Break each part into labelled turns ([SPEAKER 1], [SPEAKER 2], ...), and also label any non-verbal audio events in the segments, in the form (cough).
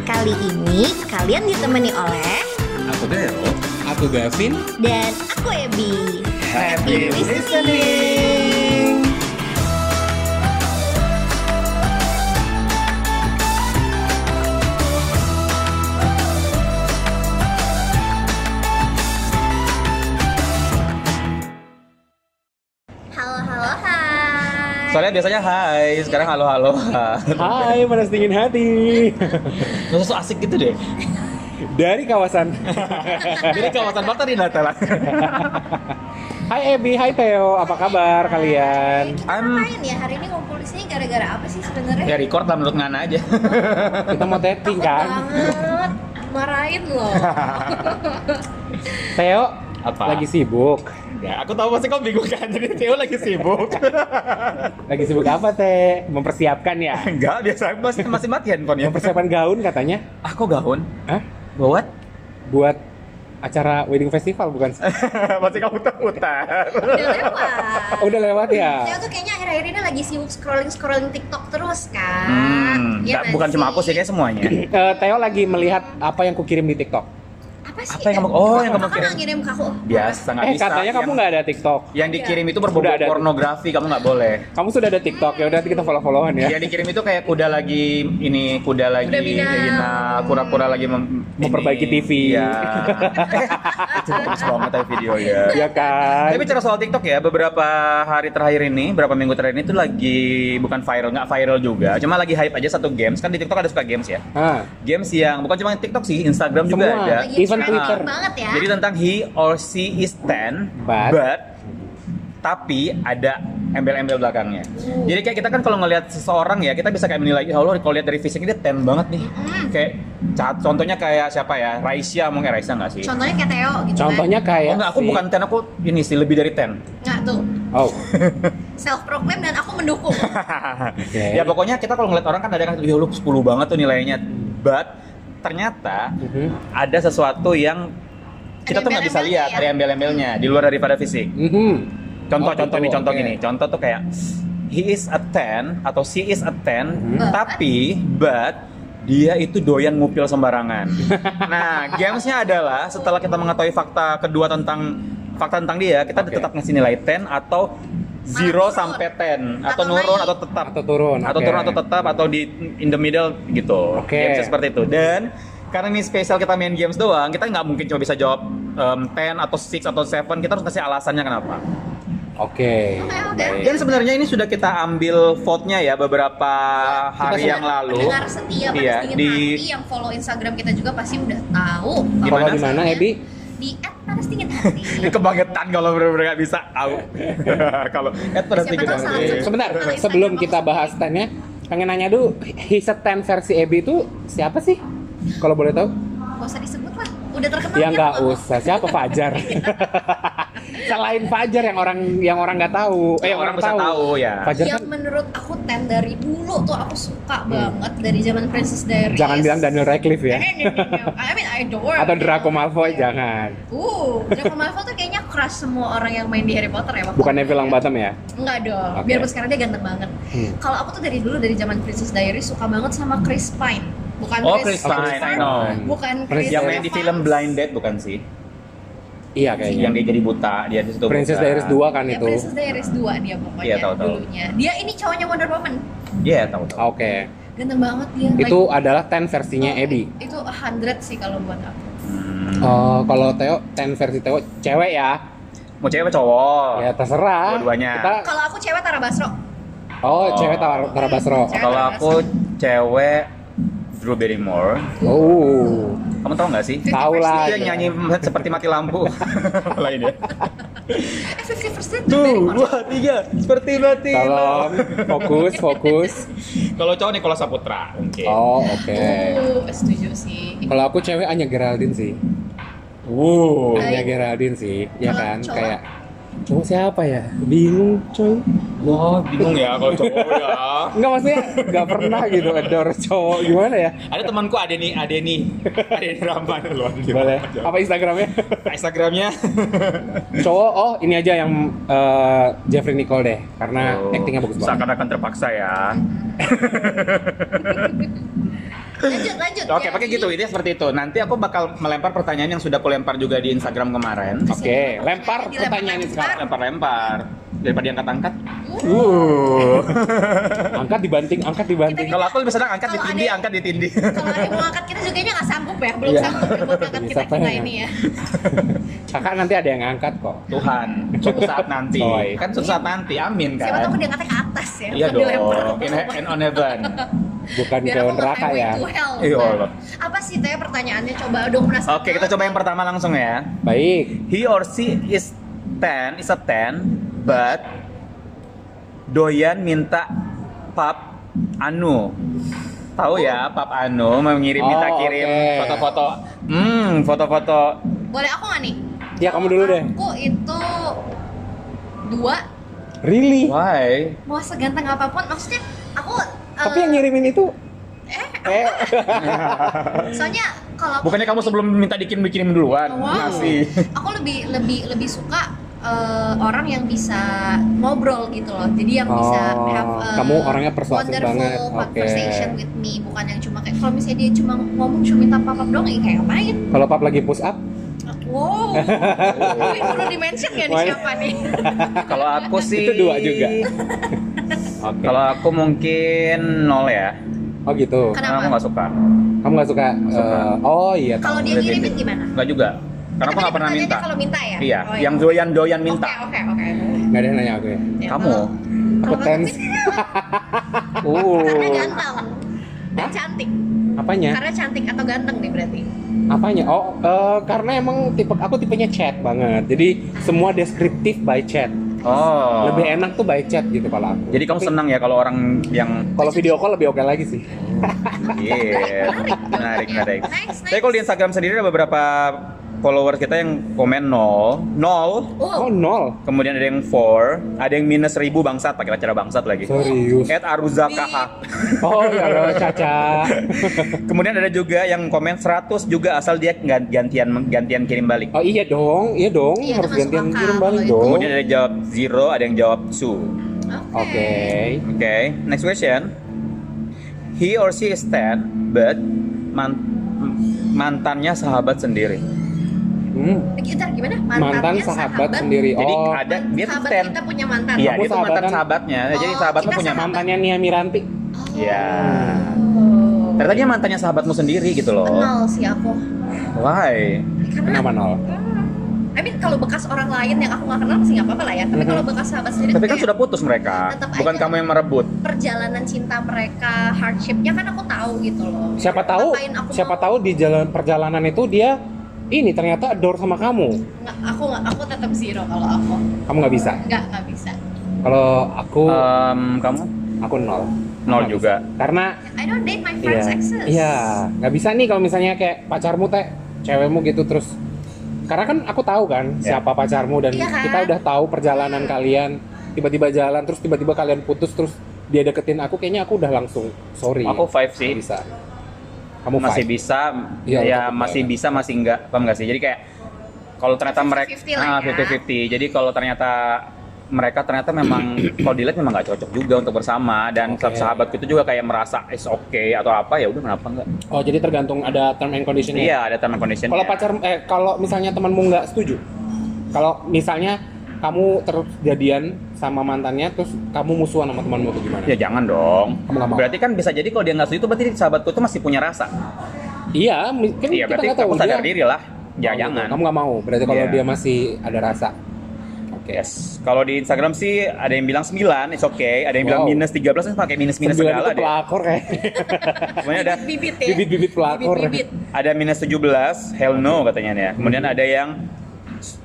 [SPEAKER 1] ini kalian ditemani oleh
[SPEAKER 2] Aku Daryl.
[SPEAKER 3] Aku Gavin.
[SPEAKER 1] dan aku Ebi.
[SPEAKER 2] Happy listening.
[SPEAKER 1] Halo halo hai.
[SPEAKER 2] Soalnya biasanya hai, sekarang halo halo.
[SPEAKER 3] Hai, panas dingin hati.
[SPEAKER 2] Nggak usah asik gitu deh.
[SPEAKER 3] Dari kawasan.
[SPEAKER 2] Jadi kawasan Bata di Natal.
[SPEAKER 3] Hai Ebi, hai Theo, apa kabar kalian?
[SPEAKER 2] I'm
[SPEAKER 1] Ngapain ya hari ini ngumpul di sini gara-gara apa sih sebenarnya?
[SPEAKER 2] ya record lah menurut Ngana aja.
[SPEAKER 3] Kita mau dating
[SPEAKER 1] Takut
[SPEAKER 3] kan?
[SPEAKER 1] banget marahin
[SPEAKER 2] (laughs)
[SPEAKER 1] loh.
[SPEAKER 3] Theo,
[SPEAKER 2] Apa?
[SPEAKER 3] lagi sibuk.
[SPEAKER 2] Ya, aku tahu pasti kau bingung kan. Jadi Theo lagi sibuk.
[SPEAKER 3] Lagi sibuk apa teh? Mempersiapkan ya?
[SPEAKER 2] Enggak, biasa masih masih mati handphonenya.
[SPEAKER 3] Mempersiapkan gaun katanya?
[SPEAKER 2] Aku Ah, gaun.
[SPEAKER 3] Hah?
[SPEAKER 2] Buat?
[SPEAKER 3] Buat acara wedding festival bukan?
[SPEAKER 2] (laughs) masih kamu putar-putar.
[SPEAKER 1] Udah lewat.
[SPEAKER 3] Udah lewat
[SPEAKER 1] Saya
[SPEAKER 3] ya?
[SPEAKER 1] tuh kayaknya akhir-akhir ini lagi sibuk scrolling-scrolling TikTok terus kan.
[SPEAKER 2] Hmm, nggak,
[SPEAKER 1] Iya nggak
[SPEAKER 2] bukan cuma aku sih, kayak semuanya.
[SPEAKER 3] Eh, Theo lagi melihat apa yang kukirim di TikTok.
[SPEAKER 1] Apa sih?
[SPEAKER 2] Apa yang kamu- oh, yang kamu
[SPEAKER 1] Kakak nggak ngirim ke aku.
[SPEAKER 2] Biasa nggak
[SPEAKER 3] eh
[SPEAKER 2] bisa. iya.
[SPEAKER 3] katanya kamu
[SPEAKER 2] Yang-
[SPEAKER 3] nggak ada TikTok.
[SPEAKER 2] Yang dikirim itu berbobot
[SPEAKER 3] Udah ada.
[SPEAKER 2] pornografi, kamu nggak boleh.
[SPEAKER 3] Kamu sudah ada TikTok ya udah nanti kita follow-followan ya.
[SPEAKER 2] Yang dikirim itu kayak kuda lagi ini kuda lagi
[SPEAKER 1] Kuda binang.
[SPEAKER 2] binang, kura-kura lagi mem-
[SPEAKER 3] Memperbaiki
[SPEAKER 2] ini.
[SPEAKER 3] TV. (laughs)
[SPEAKER 2] Iya. itu bagus banget ya video ya.
[SPEAKER 3] Ya
[SPEAKER 2] Tapi
[SPEAKER 3] kan?
[SPEAKER 2] bicara soal TikTok ya, beberapa hari terakhir ini, beberapa minggu terakhir ini tuh lagi bukan viral, nggak viral juga, cuma lagi hype aja satu games. Kan di TikTok ada suka games ya.
[SPEAKER 3] Ah,
[SPEAKER 2] Games yang bukan cuma TikTok sih, Instagram juga
[SPEAKER 3] Semua.
[SPEAKER 2] ada.
[SPEAKER 1] Lagi
[SPEAKER 3] Even
[SPEAKER 1] trending
[SPEAKER 3] Twitter.
[SPEAKER 1] banget ya.
[SPEAKER 2] Iya, Jadi tentang he or she is 10
[SPEAKER 3] But-
[SPEAKER 2] tapi ada embel-embel belakangnya. Jadi kayak kita kan kalau ngelihat seseorang ya, kita bisa kayak menilai, ya Allah kalau lihat dari fisiknya dia 10 banget nih. Kayak ca- contohnya kayak siapa ya? Raisya mungkin Raisya nggak sih?
[SPEAKER 1] Contohnya kayak Theo gitu
[SPEAKER 3] contohnya
[SPEAKER 2] Oh
[SPEAKER 3] kayak
[SPEAKER 2] enggak, aku
[SPEAKER 3] si-
[SPEAKER 2] bukan 10, aku ini sih lebih dari 10.
[SPEAKER 1] kan. Nggak tuh.
[SPEAKER 3] Oh,
[SPEAKER 1] Self proclaim dan aku mendukung.
[SPEAKER 2] (laughs) Ya pokoknya kita kalau ngeliat orang kan ada kan ya lu 10 banget tuh nilainya. But ternyata
[SPEAKER 3] Mhm.
[SPEAKER 2] ada sesuatu yang kita tuh nggak bisa
[SPEAKER 1] embel-embelnya
[SPEAKER 2] lihat
[SPEAKER 1] ya?
[SPEAKER 2] dari embel-embelnya di luar daripada fisik.
[SPEAKER 3] Mhm.
[SPEAKER 2] Contoh,
[SPEAKER 3] Oh, gitu,
[SPEAKER 2] contoh nih, contoh
[SPEAKER 3] oke.
[SPEAKER 2] gini. Contoh tuh kayak he is a 10 atau she is a 10,
[SPEAKER 3] Hmm.
[SPEAKER 1] But.
[SPEAKER 2] tapi but dia itu doyan ngupil
[SPEAKER 3] (laughs)
[SPEAKER 2] sembarangan. nah, gamesnya adalah setelah kita mengetahui fakta kedua tentang fakta tentang dia, kita
[SPEAKER 3] Oke.
[SPEAKER 2] tetap ngasih nilai 10 atau 0
[SPEAKER 1] turun.
[SPEAKER 2] sampai 10 atau
[SPEAKER 1] Atau
[SPEAKER 2] nurun
[SPEAKER 1] naik.
[SPEAKER 2] atau tetap
[SPEAKER 3] Atau turun.
[SPEAKER 2] atau
[SPEAKER 3] oke.
[SPEAKER 2] turun atau tetap atau di in the middle gitu.
[SPEAKER 3] Oke.
[SPEAKER 2] Gamesnya seperti itu. Dan karena ini spesial kita main games doang, kita nggak mungkin cuma bisa jawab em, 10 atau 6 atau 7, kita harus kasih alasannya kenapa.
[SPEAKER 3] Oke.
[SPEAKER 1] Oke, oke.
[SPEAKER 3] Baik.
[SPEAKER 2] Dan sebenarnya ini sudah kita ambil vote-nya ya beberapa hari
[SPEAKER 3] sudah
[SPEAKER 2] yang lalu.
[SPEAKER 1] Pendengar setia pada
[SPEAKER 2] Iya,
[SPEAKER 1] dingin
[SPEAKER 2] di
[SPEAKER 1] hati yang follow Instagram kita juga pasti udah tahu.
[SPEAKER 2] Di
[SPEAKER 3] Follow
[SPEAKER 2] mana?
[SPEAKER 3] di mana, Ebi?
[SPEAKER 1] Di
[SPEAKER 2] (laughs)
[SPEAKER 1] @panasdinginhati.
[SPEAKER 2] Ini kebangetan kalau benar-benar nggak bisa out. (laughs) kalau eh pada
[SPEAKER 1] Siapa
[SPEAKER 2] tinggi
[SPEAKER 1] tahu salah
[SPEAKER 2] nanti.
[SPEAKER 1] satu.
[SPEAKER 3] Sebentar,
[SPEAKER 1] Kalau Instagram
[SPEAKER 3] sebelum kita
[SPEAKER 1] maksudnya.
[SPEAKER 3] bahas tanya, pengen nanya dulu, Hiseten versi Ebi itu siapa sih? Kalau boleh tahu?
[SPEAKER 1] Gak usah disebut lah. Udah terkenal
[SPEAKER 2] Iya,
[SPEAKER 3] Ya
[SPEAKER 1] kan,
[SPEAKER 3] nggak
[SPEAKER 1] Bang?
[SPEAKER 3] usah. Siapa Fajar? (laughs) Selain Fajar yang orang yang orang nggak tahu,
[SPEAKER 2] Yang
[SPEAKER 3] eh yang orang,
[SPEAKER 2] orang bisa tahu, ya.
[SPEAKER 3] Fajar
[SPEAKER 1] yang
[SPEAKER 3] kan
[SPEAKER 1] menurut aku ten dari dulu tuh aku suka banget dari zaman Princess Diaries.
[SPEAKER 3] Hmm. jangan bilang Daniel Radcliffe ya,
[SPEAKER 1] Eh, no, no, no, no. I mean I adore. Iya.
[SPEAKER 3] atau Draco Malfoy jangan.
[SPEAKER 1] Uh, Draco Malfoy tuh kayaknya crush semua orang yang main di Harry Potter ya waktu
[SPEAKER 3] Bukan
[SPEAKER 1] itu
[SPEAKER 3] Neville
[SPEAKER 1] ya.
[SPEAKER 3] Longbottom ya?
[SPEAKER 1] Enggak dong.
[SPEAKER 3] Oke.
[SPEAKER 1] Biarpun sekarang dia ganteng banget.
[SPEAKER 3] Hmm.
[SPEAKER 1] Kalau aku tuh dari dulu dari zaman Princess Diaries suka banget sama Chris Pine. Bukan
[SPEAKER 2] Oh,
[SPEAKER 1] Chris,
[SPEAKER 2] Chris Pine, I know.
[SPEAKER 1] Bukan Chris
[SPEAKER 3] Prince-
[SPEAKER 2] Yang main di
[SPEAKER 1] Evans.
[SPEAKER 2] film Blind Date bukan sih?
[SPEAKER 3] Iya
[SPEAKER 2] Yang
[SPEAKER 3] kayaknya.
[SPEAKER 2] dia jadi buta, dia di situ.
[SPEAKER 3] Princess
[SPEAKER 2] buta.
[SPEAKER 3] Diaries 2 kan
[SPEAKER 1] Ya,
[SPEAKER 3] itu.
[SPEAKER 1] Princess Diaries 2 dia pokoknya
[SPEAKER 2] Iya, tahu, tahu.
[SPEAKER 1] dulunya. Dia ini cowoknya Wonder Woman.
[SPEAKER 2] Iya, tahu tahu.
[SPEAKER 3] Oke.
[SPEAKER 1] Ganteng banget dia.
[SPEAKER 3] Itu
[SPEAKER 1] Like,
[SPEAKER 3] adalah 10 versinya
[SPEAKER 1] oh,
[SPEAKER 3] Ebi.
[SPEAKER 1] Itu 100 sih kalau buat aku.
[SPEAKER 2] Hmm.
[SPEAKER 3] Oh, kalau Theo 10 versi Theo cewek ya.
[SPEAKER 2] Mau cewek apa cowok?
[SPEAKER 3] Ya terserah.
[SPEAKER 2] Oh. Dua-duanya.
[SPEAKER 3] Kita
[SPEAKER 1] Kalau aku cewek Tara Basro.
[SPEAKER 3] Oh,
[SPEAKER 2] Oh.
[SPEAKER 3] cewek Tar Tara Basro.
[SPEAKER 1] Cewek.
[SPEAKER 2] Kalau aku cewek Drew Barrymore.
[SPEAKER 3] Oh.
[SPEAKER 2] Kamu tahu nggak sih?
[SPEAKER 3] Tahu lah.
[SPEAKER 2] Dia nyanyi seperti mati (laughs) lampu. Lain ya.
[SPEAKER 1] Eh, 50 persen
[SPEAKER 2] Tuh, dua, tiga, seperti mati.
[SPEAKER 3] Tolong fokus, fokus.
[SPEAKER 2] Kalau cowok Nicola Saputra, mungkin.
[SPEAKER 3] Oh, oke.
[SPEAKER 1] Uh, setuju sih.
[SPEAKER 3] Kalau aku cewek Anya Geraldine sih.
[SPEAKER 2] Wow.
[SPEAKER 3] Anya Geraldine sih, ya
[SPEAKER 1] Kalau
[SPEAKER 3] kan?
[SPEAKER 1] cowok?
[SPEAKER 3] Kayak cowok siapa ya? Bingung, coy.
[SPEAKER 2] Wah, bingung ya kalau cowok ya.
[SPEAKER 3] Enggak maksudnya enggak pernah gitu adore cowok gimana ya?
[SPEAKER 2] Ada temanku Adeni, Adeni. Adeni Ramban loh.
[SPEAKER 3] Boleh. Apa Instagramnya?
[SPEAKER 2] Instagramnya?
[SPEAKER 3] cowok, oh ini aja yang eh, Jeffrey Nicole deh, karena
[SPEAKER 2] Oh,
[SPEAKER 3] actingnya bagus banget.
[SPEAKER 2] Seakan-akan terpaksa ya.
[SPEAKER 1] lanjut lanjut
[SPEAKER 2] Oke,
[SPEAKER 1] ya.
[SPEAKER 2] pakai gitu. Ini seperti itu. Nanti aku bakal melempar pertanyaan yang sudah aku lempar juga di Instagram kemarin.
[SPEAKER 3] Oke, lempar pertanyaannya sekarang.
[SPEAKER 2] Lempar-lempar daripada yang angkat-angkat.
[SPEAKER 3] Uh. angkat dibanting, angkat dibanting.
[SPEAKER 2] Kalau aku lebih senang angkat
[SPEAKER 1] Kalau
[SPEAKER 2] ditindih,
[SPEAKER 1] ada-
[SPEAKER 2] angkat ditindih.
[SPEAKER 1] kalau ada yang mau angkat kita juga nggak sanggup ya belum
[SPEAKER 2] Iya.
[SPEAKER 1] sanggup ya buat
[SPEAKER 3] Iya,
[SPEAKER 1] angkat kita kita
[SPEAKER 3] siapa
[SPEAKER 1] ini ya
[SPEAKER 3] Kakak nanti ada yang angkat kok.
[SPEAKER 2] Tuhan, suatu saat nanti.
[SPEAKER 3] Coy.
[SPEAKER 2] Kan suatu saat nanti, amin kan.
[SPEAKER 1] siapa tahu dia angkatnya ke atas
[SPEAKER 2] Iya
[SPEAKER 1] ya bukan
[SPEAKER 2] dong,
[SPEAKER 1] dilempar ke
[SPEAKER 2] in,
[SPEAKER 1] bawah.
[SPEAKER 2] he- and on heaven.
[SPEAKER 3] Bukan
[SPEAKER 1] Biar
[SPEAKER 3] ke
[SPEAKER 1] aku nggak
[SPEAKER 3] neraka
[SPEAKER 1] highway
[SPEAKER 3] ya.
[SPEAKER 1] to hell. Nah,
[SPEAKER 2] Iya, Allah.
[SPEAKER 1] apa sih teh pertanyaannya coba dong penasaran
[SPEAKER 2] Oke, kita coba yang pertama langsung ya.
[SPEAKER 3] Baik.
[SPEAKER 2] He or she is 10, is a 10, but doyan minta pap anu. Tahu ya, pap anu mengirim minta
[SPEAKER 3] Oh,
[SPEAKER 2] kirim
[SPEAKER 3] oke.
[SPEAKER 2] foto-foto. Hmm, foto-foto.
[SPEAKER 1] boleh aku nggak nih
[SPEAKER 3] Ya kamu dulu deh.
[SPEAKER 1] aku itu dua Eh.
[SPEAKER 3] Really?
[SPEAKER 2] Why?
[SPEAKER 1] mau seganteng apapun maksudnya aku
[SPEAKER 3] Tapi
[SPEAKER 1] eh,
[SPEAKER 3] yang ngirimin itu
[SPEAKER 1] eh
[SPEAKER 3] eh
[SPEAKER 1] soalnya kalau aku-
[SPEAKER 2] Bukannya kamu sebelum minta dikirim-dikirim duluan?
[SPEAKER 1] Wow. (laughs)
[SPEAKER 2] Masih.
[SPEAKER 1] Aku lebih lebih lebih suka eh, orang yang bisa ngobrol gitu loh. Jadi yang bisa
[SPEAKER 3] Oh,
[SPEAKER 1] have a
[SPEAKER 3] kamu orangnya persuasif
[SPEAKER 1] wonderful
[SPEAKER 3] banget. Oke.
[SPEAKER 1] conversation with me, bukan yang cuma kayak kalau misalnya dia cuma ngomong cuma minta papap doang, ya kayak ngapain?
[SPEAKER 3] kalau pap lagi push up, (laughs)
[SPEAKER 1] Wow. Ini perlu dimention gak nih
[SPEAKER 3] Why?
[SPEAKER 1] siapa nih?
[SPEAKER 2] Kalau aku sih
[SPEAKER 3] itu dua juga. Oke.
[SPEAKER 2] Kalau aku mungkin nol ya.
[SPEAKER 3] Oh gitu.
[SPEAKER 1] Kenapa?
[SPEAKER 2] Aku nggak suka.
[SPEAKER 3] Kamu nggak suka?
[SPEAKER 2] suka.
[SPEAKER 3] eh, oh iya.
[SPEAKER 1] Kalau dia
[SPEAKER 2] Lebih-
[SPEAKER 1] ngirimin gimana?
[SPEAKER 2] Nggak juga. Karena aku
[SPEAKER 1] Tapi
[SPEAKER 2] nggak pernah
[SPEAKER 1] pertanyaannya
[SPEAKER 2] minta.
[SPEAKER 1] Kalau minta ya?
[SPEAKER 2] Iya,
[SPEAKER 1] Oh,
[SPEAKER 2] yang doyan-doyan minta.
[SPEAKER 1] Oke, oke, oke.
[SPEAKER 3] Nggak ada yang nanya aku ya.
[SPEAKER 1] Ya,
[SPEAKER 2] Kamu?
[SPEAKER 1] kalau-
[SPEAKER 3] Aku
[SPEAKER 1] kalau-
[SPEAKER 3] tense. (laughs)
[SPEAKER 1] Karena kan-
[SPEAKER 2] Uh.
[SPEAKER 1] ganteng dan cantik.
[SPEAKER 3] Apanya?
[SPEAKER 1] Karena cantik atau ganteng nih berarti.
[SPEAKER 3] Apanya? Oh, eh, karena emang tipe aku tipenya chat banget. Jadi semua deskriptif by chat.
[SPEAKER 2] Oh.
[SPEAKER 3] Lebih enak tuh by chat gitu kalau aku.
[SPEAKER 2] Jadi kamu
[SPEAKER 3] Tapi
[SPEAKER 2] senang ya kalau orang (laughs) yang
[SPEAKER 3] Kalau video call lebih oke lagi sih.
[SPEAKER 2] Iya, menarik, menarik.
[SPEAKER 1] Nice,
[SPEAKER 2] Tapi kalau di Instagram sendiri ada beberapa followers kita yang komen nol, nol,
[SPEAKER 3] Oh, nol.
[SPEAKER 2] kemudian ada yang four, ada yang minus ribu bangsat pakai acara bangsat lagi.
[SPEAKER 3] Serius.
[SPEAKER 2] At Aruza KH.
[SPEAKER 3] Oh, ya Allah, Caca.
[SPEAKER 2] (laughs) Kemudian ada juga yang komen 100 juga asal dia nggak gantian gantian kirim balik.
[SPEAKER 3] Oh iya dong, iya dong,
[SPEAKER 1] Iya, itu
[SPEAKER 3] harus
[SPEAKER 1] masuk
[SPEAKER 3] gantian
[SPEAKER 1] akal
[SPEAKER 3] kirim balik
[SPEAKER 1] kalau itu.
[SPEAKER 3] dong.
[SPEAKER 2] Kemudian ada yang jawab zero, ada yang jawab su.
[SPEAKER 3] Oke.
[SPEAKER 2] Oke, next question. He or she is 10, but man- mantannya sahabat sendiri.
[SPEAKER 3] Hmm.
[SPEAKER 1] Bentar, gimana?
[SPEAKER 3] Mantan
[SPEAKER 1] Mantannya
[SPEAKER 3] sahabat sendiri.
[SPEAKER 2] Jadi
[SPEAKER 3] oh,
[SPEAKER 2] ada dia tuh
[SPEAKER 1] sahabat
[SPEAKER 2] 10.
[SPEAKER 1] kita punya mantan.
[SPEAKER 2] Iya,
[SPEAKER 3] Kamu
[SPEAKER 2] dia tuh mantan
[SPEAKER 3] sahabatan.
[SPEAKER 2] sahabatnya. jadi
[SPEAKER 1] Oh,
[SPEAKER 2] sahabatmu
[SPEAKER 1] kita
[SPEAKER 2] punya
[SPEAKER 1] sahabat.
[SPEAKER 2] mantan.
[SPEAKER 3] mantannya Nia Miranti.
[SPEAKER 1] Oh.
[SPEAKER 2] Iya. Ternyata dia mantannya sahabatmu sendiri gitu loh.
[SPEAKER 1] Kenal sih aku.
[SPEAKER 2] Why?
[SPEAKER 1] Karena
[SPEAKER 3] Kenapa nol?
[SPEAKER 1] I mean kalau bekas orang lain yang aku nggak kenal sih nggak apa-apa lah ya. Tapi
[SPEAKER 3] Mhm.
[SPEAKER 1] kalau bekas sahabat sendiri
[SPEAKER 2] Tapi
[SPEAKER 1] tuh
[SPEAKER 2] kan
[SPEAKER 1] kayak
[SPEAKER 2] sudah putus mereka.
[SPEAKER 1] Iya. Tetap
[SPEAKER 2] Bukan
[SPEAKER 1] aja.
[SPEAKER 2] kamu yang merebut.
[SPEAKER 1] perjalanan cinta mereka, hardshipnya kan aku tahu gitu loh.
[SPEAKER 3] Siapa tahu,
[SPEAKER 1] Ngapain aku
[SPEAKER 3] siapa
[SPEAKER 1] mau-
[SPEAKER 3] tahu di jalan perjalanan itu dia ini ternyata adore sama kamu.
[SPEAKER 1] Nggak, aku nggak, aku tetap zero kalau aku.
[SPEAKER 3] Kamu nggak bisa.
[SPEAKER 1] Nggak, nggak bisa.
[SPEAKER 3] Kalau aku,
[SPEAKER 2] Em, kamu
[SPEAKER 3] aku nol.
[SPEAKER 2] nol
[SPEAKER 3] Nggak
[SPEAKER 2] juga.
[SPEAKER 3] bisa. Karena
[SPEAKER 1] I don't date my
[SPEAKER 3] Iya.
[SPEAKER 1] friends' exes.
[SPEAKER 3] Iya, nggak bisa nih kalau misalnya kayak pacarmu teh, cewekmu gitu terus. Karena kan aku tahu kan
[SPEAKER 2] Iya.
[SPEAKER 3] siapa pacarmu dan
[SPEAKER 1] Iya kan? Iya.
[SPEAKER 3] kita udah tahu perjalanan kalian. Tiba-tiba jalan terus tiba-tiba kalian putus terus dia deketin aku kayaknya aku udah langsung sorry.
[SPEAKER 2] Aku five
[SPEAKER 3] Nggak
[SPEAKER 2] sih.
[SPEAKER 3] bisa. Kamu
[SPEAKER 2] masih
[SPEAKER 3] five.
[SPEAKER 2] bisa.
[SPEAKER 3] Iya,
[SPEAKER 2] Ya,
[SPEAKER 3] tetap
[SPEAKER 2] masih
[SPEAKER 3] five.
[SPEAKER 2] bisa, masih enggak. Paham nggak sih? Jadi kayak kalau ternyata mereka
[SPEAKER 1] 50-50 lah ya.
[SPEAKER 2] 50-50. Jadi kalau ternyata mereka ternyata
[SPEAKER 3] (clears throat)
[SPEAKER 2] memang kalau dilihat memang nggak cocok juga untuk bersama dan
[SPEAKER 3] Oke.
[SPEAKER 2] sahabatku itu juga kayak merasa is okay atau apa ya udah kenapa enggak
[SPEAKER 3] Oh, jadi tergantung ada term and conditionnya. ya?
[SPEAKER 2] iya ada term and condition
[SPEAKER 3] Kalau pacar eh kalau misalnya temanmu nggak setuju. Kalau misalnya kamu terus jadian sama mantannya terus kamu musuhan sama temanmu atau gimana?
[SPEAKER 2] Ya jangan dong.
[SPEAKER 3] Kamu nggak mau?
[SPEAKER 2] Berarti kan bisa jadi kalau dia nggak setuju itu berarti sahabatku tuh masih punya rasa.
[SPEAKER 3] Iya, mi- kan
[SPEAKER 2] Iya
[SPEAKER 3] kita
[SPEAKER 2] berarti
[SPEAKER 3] nggak tahu
[SPEAKER 2] aku sadar
[SPEAKER 3] dia-
[SPEAKER 2] diri lah. Ya
[SPEAKER 3] Oh,
[SPEAKER 2] jangan.
[SPEAKER 3] gitu. Kamu nggak mau. Berarti kalau
[SPEAKER 2] Iya.
[SPEAKER 3] dia masih ada rasa. Oke.
[SPEAKER 2] Yes. Kalau di Instagram sih ada yang bilang 9, it's okay. Ada yang bilang
[SPEAKER 3] Wow.
[SPEAKER 2] minus 13, kan pakai minus-minus
[SPEAKER 3] Sembilan
[SPEAKER 2] segala
[SPEAKER 3] itu
[SPEAKER 2] deh.
[SPEAKER 3] pelakor kayak.
[SPEAKER 2] Kemudian ada
[SPEAKER 1] Bibit-bibit ya.
[SPEAKER 3] Bibit-bibit pelakor.
[SPEAKER 1] Bibit-bibit.
[SPEAKER 2] ada minus 17, hell no katanya nih ya. Kemudian
[SPEAKER 3] Hmm.
[SPEAKER 2] ada yang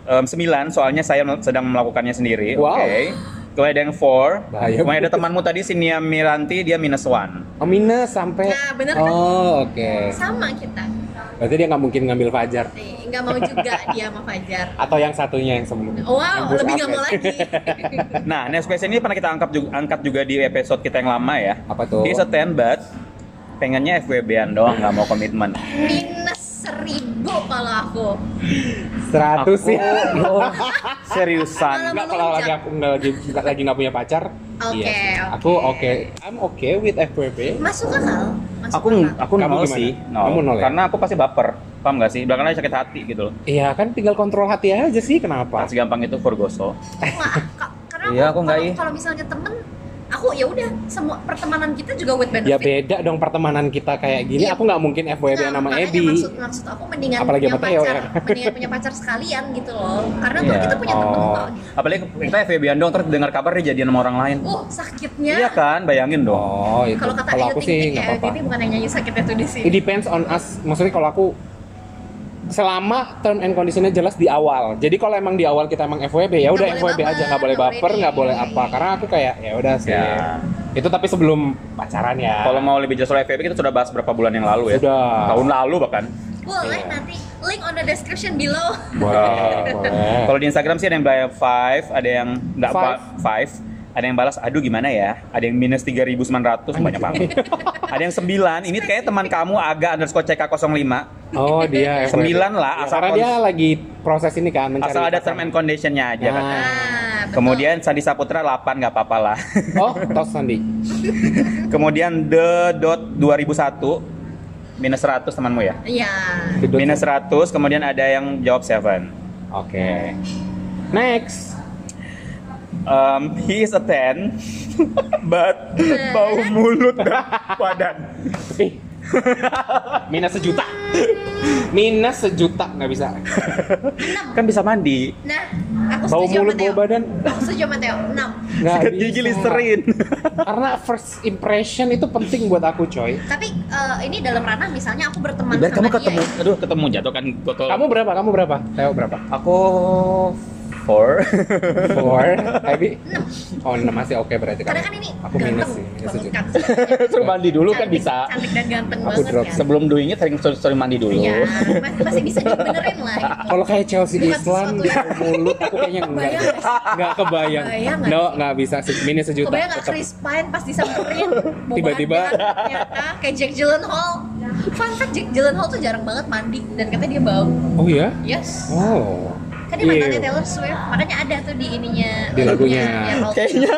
[SPEAKER 2] em, 9, soalnya saya mel- sedang melakukannya sendiri.
[SPEAKER 3] Wow.
[SPEAKER 2] Oke. Kemudian ada yang 4.
[SPEAKER 3] Bahaya.
[SPEAKER 2] Kemudian ada temanmu tadi Sinia Miranti dia minus 1.
[SPEAKER 3] Oh, minus sampai.
[SPEAKER 1] Nah, bener kan?
[SPEAKER 3] Oh, oke.
[SPEAKER 1] Sama kita.
[SPEAKER 3] Berarti dia nggak mungkin ngambil Fajar
[SPEAKER 1] Nih, Nggak mau juga
[SPEAKER 2] (laughs)
[SPEAKER 1] dia sama Fajar.
[SPEAKER 3] atau yang satunya yang sebelumnya. Yang
[SPEAKER 1] Wow,
[SPEAKER 3] push
[SPEAKER 1] lebih
[SPEAKER 3] up
[SPEAKER 1] nggak
[SPEAKER 3] ya.
[SPEAKER 1] mau lagi.
[SPEAKER 2] (laughs) Nah, next question ini pernah kita angkat juga, angkat juga di episode kita yang lama ya.
[SPEAKER 3] Apa tuh?
[SPEAKER 2] Dia stand but pengennya FWB-an doang, nggak mau komitmen.
[SPEAKER 1] Minus seribu kalau aku.
[SPEAKER 3] Seratus sih.
[SPEAKER 2] seriusan.
[SPEAKER 3] Enggak kalau lagi aku nggak lagi nggak lagi nggak punya pacar.
[SPEAKER 1] Oke,
[SPEAKER 3] iya sih.
[SPEAKER 1] oke.
[SPEAKER 3] Aku oke. I'm okay with FWB.
[SPEAKER 1] Masuk akal. Masuk masuk
[SPEAKER 2] aku
[SPEAKER 1] akal.
[SPEAKER 2] aku
[SPEAKER 3] Kamu
[SPEAKER 2] nol
[SPEAKER 3] gimana?
[SPEAKER 2] sih nol.
[SPEAKER 3] Kamu nol ya?
[SPEAKER 2] karena aku pasti baper paham gak sih belakangan aja sakit hati gitu loh
[SPEAKER 3] Iya kan tinggal kontrol hati aja sih kenapa?
[SPEAKER 2] pasti gampang itu Forgoso
[SPEAKER 1] Aku nggak-
[SPEAKER 3] (laughs)
[SPEAKER 1] ka- karena
[SPEAKER 2] Iya, aku nggak,
[SPEAKER 1] kalau-
[SPEAKER 2] iya.
[SPEAKER 1] kalau misalnya temen aku ya udah semua pertemanan kita juga with benefit
[SPEAKER 3] Ya beda dong pertemanan kita kayak gini.
[SPEAKER 1] Iya.
[SPEAKER 3] Aku nggak mungkin FWB
[SPEAKER 1] Nah,
[SPEAKER 3] nama
[SPEAKER 1] makanya
[SPEAKER 3] Ebi.
[SPEAKER 1] maksud, maksud aku mendingan
[SPEAKER 3] Apalagi
[SPEAKER 1] punya
[SPEAKER 3] sama Theo,
[SPEAKER 1] pacar
[SPEAKER 3] ya. (laughs) Iya,
[SPEAKER 1] mendingan punya pacar sekalian gitu loh karena kalau kita punya
[SPEAKER 2] oh.
[SPEAKER 1] temen kok
[SPEAKER 2] apalagi kita FB dong terus dengar kabar dia jadian sama orang lain
[SPEAKER 1] uh sakitnya
[SPEAKER 2] iya kan bayangin dong
[SPEAKER 3] Oh itu.
[SPEAKER 1] kalau kata
[SPEAKER 3] Kalau
[SPEAKER 1] Ayu
[SPEAKER 3] aku
[SPEAKER 1] Ting
[SPEAKER 3] sih
[SPEAKER 1] Ting,
[SPEAKER 3] nggak
[SPEAKER 1] Ayu
[SPEAKER 3] apa-apa. Iya.
[SPEAKER 1] Ting Ting bukan yang nyanyi sakitnya tuh di sini
[SPEAKER 3] It depends on us. Maksudnya kalau aku selama term and conditionnya jelas di awal. Jadi kalau emang di awal kita emang FWB ya
[SPEAKER 1] Nggak
[SPEAKER 3] udah
[SPEAKER 1] boleh
[SPEAKER 3] FWB aja
[SPEAKER 1] baper,
[SPEAKER 3] nggak boleh
[SPEAKER 1] nggak boleh
[SPEAKER 3] baper nggak boleh
[SPEAKER 1] ini.
[SPEAKER 3] apa. Karena aku kayak ya udah sih.
[SPEAKER 2] Ya.
[SPEAKER 3] Itu tapi sebelum pacaran ya.
[SPEAKER 2] kalau mau lebih jauh soal FB kita sudah bahas berapa bulan yang lalu ya
[SPEAKER 3] Sudah.
[SPEAKER 2] tahun lalu bahkan
[SPEAKER 1] boleh
[SPEAKER 3] Iya.
[SPEAKER 1] nanti link on the description below
[SPEAKER 3] boleh. boleh.
[SPEAKER 2] Kalau di Instagram sih ada yang bayar 5, ada yang nggak
[SPEAKER 3] Eh. Five.
[SPEAKER 2] 5, ada yang balas aduh gimana ya, ada yang minus 3.900 banyak banget. ada yang 9, ini kayaknya teman kamu agak underscore CK05. (laughs)
[SPEAKER 3] Oh dia FWB.
[SPEAKER 2] Sembilan lah,
[SPEAKER 3] Ya,
[SPEAKER 2] asal
[SPEAKER 3] karena
[SPEAKER 2] kons-
[SPEAKER 3] dia lagi proses ini kan mencari
[SPEAKER 2] Asal ada term
[SPEAKER 3] pasangan.
[SPEAKER 2] and conditionnya aja kan.
[SPEAKER 3] Nah.
[SPEAKER 1] nah, betul.
[SPEAKER 2] Kemudian Sandi Saputra 8 nggak apa-apa lah. (laughs)
[SPEAKER 3] Oh, tos Sandi.
[SPEAKER 2] Kemudian the dot 2001 minus 100 temanmu ya.
[SPEAKER 1] iya
[SPEAKER 3] Gedut.
[SPEAKER 2] Minus 100, kemudian ada yang jawab 7.
[SPEAKER 3] Oke. Next.
[SPEAKER 2] Um, he is a 10, (laughs) but bau mulut dan (laughs) badan.
[SPEAKER 3] Ih. Minus sejuta. Minus sejuta nggak bisa.
[SPEAKER 2] Kan bisa mandi.
[SPEAKER 1] nah aku
[SPEAKER 3] Bau
[SPEAKER 1] setuju
[SPEAKER 3] mulut
[SPEAKER 1] sama Theo
[SPEAKER 3] bau badan
[SPEAKER 1] aku setuju sama Theo 6
[SPEAKER 3] nggak
[SPEAKER 2] sikat
[SPEAKER 3] bisa.
[SPEAKER 2] gigi listerin.
[SPEAKER 3] Karena first impression itu penting buat aku coy.
[SPEAKER 1] tapi eh, ini dalam ranah misalnya aku berteman
[SPEAKER 2] Biar
[SPEAKER 1] sama
[SPEAKER 2] kamu
[SPEAKER 1] dia
[SPEAKER 2] ketemu,
[SPEAKER 1] ya.
[SPEAKER 2] aduh ketemu jatuh kan botol.
[SPEAKER 3] Kamu berapa? Kamu berapa? Theo berapa?
[SPEAKER 2] Aku four.
[SPEAKER 3] Four. Ebi.
[SPEAKER 1] Enam.
[SPEAKER 3] Oh enam masih oke berarti.
[SPEAKER 1] karena
[SPEAKER 3] kamu.
[SPEAKER 1] kan ini
[SPEAKER 3] Aku minus
[SPEAKER 1] ganteng
[SPEAKER 3] sih. ya, Minus
[SPEAKER 1] banget
[SPEAKER 3] sejuta.
[SPEAKER 2] (laughs)
[SPEAKER 1] kan
[SPEAKER 2] Suruh mandi dulu kan
[SPEAKER 1] Cantik-
[SPEAKER 2] bisa.
[SPEAKER 1] cantik dan ganteng
[SPEAKER 3] Aku
[SPEAKER 1] banget
[SPEAKER 3] drop.
[SPEAKER 1] kan
[SPEAKER 2] Sebelum doingnya sering sering mandi dulu.
[SPEAKER 1] Iya, masih, masih bisa dibenerin lah gitu.
[SPEAKER 3] Kalau kayak Chelsea
[SPEAKER 1] Bukan
[SPEAKER 3] Islan
[SPEAKER 1] sesuatu
[SPEAKER 3] di
[SPEAKER 1] yang-
[SPEAKER 3] mulut aku kayaknya enggak.
[SPEAKER 1] Kebayang nggak sih?
[SPEAKER 3] Enggak kebayang.
[SPEAKER 1] Kebayang nggak
[SPEAKER 3] No,
[SPEAKER 1] sih?
[SPEAKER 3] enggak bisa. Se- Minus sejuta.
[SPEAKER 1] Kebayang gak
[SPEAKER 3] tetap.
[SPEAKER 1] Chris Pine pas disamperin bobohan
[SPEAKER 3] Tiba-tiba.
[SPEAKER 1] kan, Ternyata kayak Jack Gyllenhaal Fun fact, Jack Gyllenhaal tuh jarang banget mandi Dan katanya dia bau
[SPEAKER 3] Oh iya?
[SPEAKER 1] Yes
[SPEAKER 3] Oh.
[SPEAKER 1] Kan dia mantannya
[SPEAKER 3] Ew.
[SPEAKER 1] Taylor Swift Makanya ada tuh di ininya
[SPEAKER 3] Di lagunya.
[SPEAKER 1] linknya, ya, kalau-
[SPEAKER 2] (laughs) Kayaknya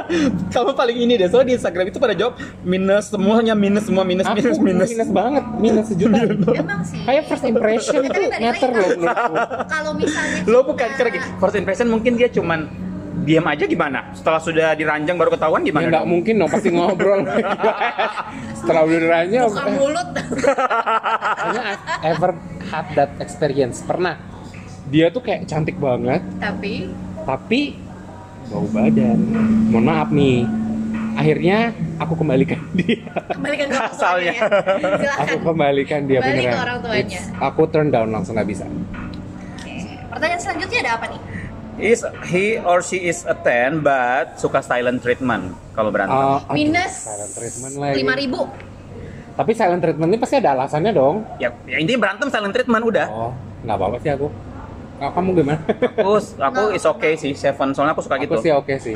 [SPEAKER 2] kamu paling ini deh. Soalnya di Instagram itu pada jawab minus semuanya minus semua minus
[SPEAKER 3] Aku
[SPEAKER 2] minus minus.
[SPEAKER 3] banget, minus sejuta.
[SPEAKER 2] (laughs)
[SPEAKER 1] Emang sih
[SPEAKER 3] Kayak first impression
[SPEAKER 1] Tapi
[SPEAKER 3] itu
[SPEAKER 1] balik lagi,
[SPEAKER 3] matter loh menurutku.
[SPEAKER 1] Kalau misalnya
[SPEAKER 2] Lo bukan gitu.
[SPEAKER 1] kita-
[SPEAKER 2] cara gini. First impression mungkin dia cuman diam aja gimana? Setelah sudah diranjang baru ketahuan
[SPEAKER 3] Ya
[SPEAKER 2] gimana?
[SPEAKER 3] nggak
[SPEAKER 2] dong?
[SPEAKER 3] mungkin dong, pasti ngobrol. (laughs) Setelah udah nanya,
[SPEAKER 1] Buka mulut
[SPEAKER 3] hanya I've ever had that experience. Pernah. Dia tuh kayak cantik banget,
[SPEAKER 1] Tapi
[SPEAKER 3] tapi bau badan. Mohon maaf nih. Akhirnya aku kembalikan (laughs) dia.
[SPEAKER 1] Kembalikan ke orang
[SPEAKER 2] Asalnya.
[SPEAKER 1] tuanya ya. Silahkan
[SPEAKER 3] Aku kembalikan dia
[SPEAKER 1] Balik ke
[SPEAKER 3] beneran.
[SPEAKER 1] orang tuanya.
[SPEAKER 3] It's- aku turn down langsung nggak bisa.
[SPEAKER 1] Oke. Pertanyaan selanjutnya ada apa nih?
[SPEAKER 2] Is he or she is a 10 but suka silent treatment kalau berantem.
[SPEAKER 3] Ah, aduh,
[SPEAKER 1] Minus
[SPEAKER 3] silent treatment lagi.
[SPEAKER 1] lima ribu.
[SPEAKER 3] Tapi silent treatment ini pasti ada alasannya dong.
[SPEAKER 2] Ya, ya intinya berantem silent treatment udah.
[SPEAKER 3] Oh, nggak apa-apa sih aku. Ah, kamu gimana?
[SPEAKER 2] Aku aku
[SPEAKER 1] No,
[SPEAKER 2] is okay sih Seven soalnya aku suka
[SPEAKER 3] aku
[SPEAKER 2] gitu.
[SPEAKER 3] sih oke sih.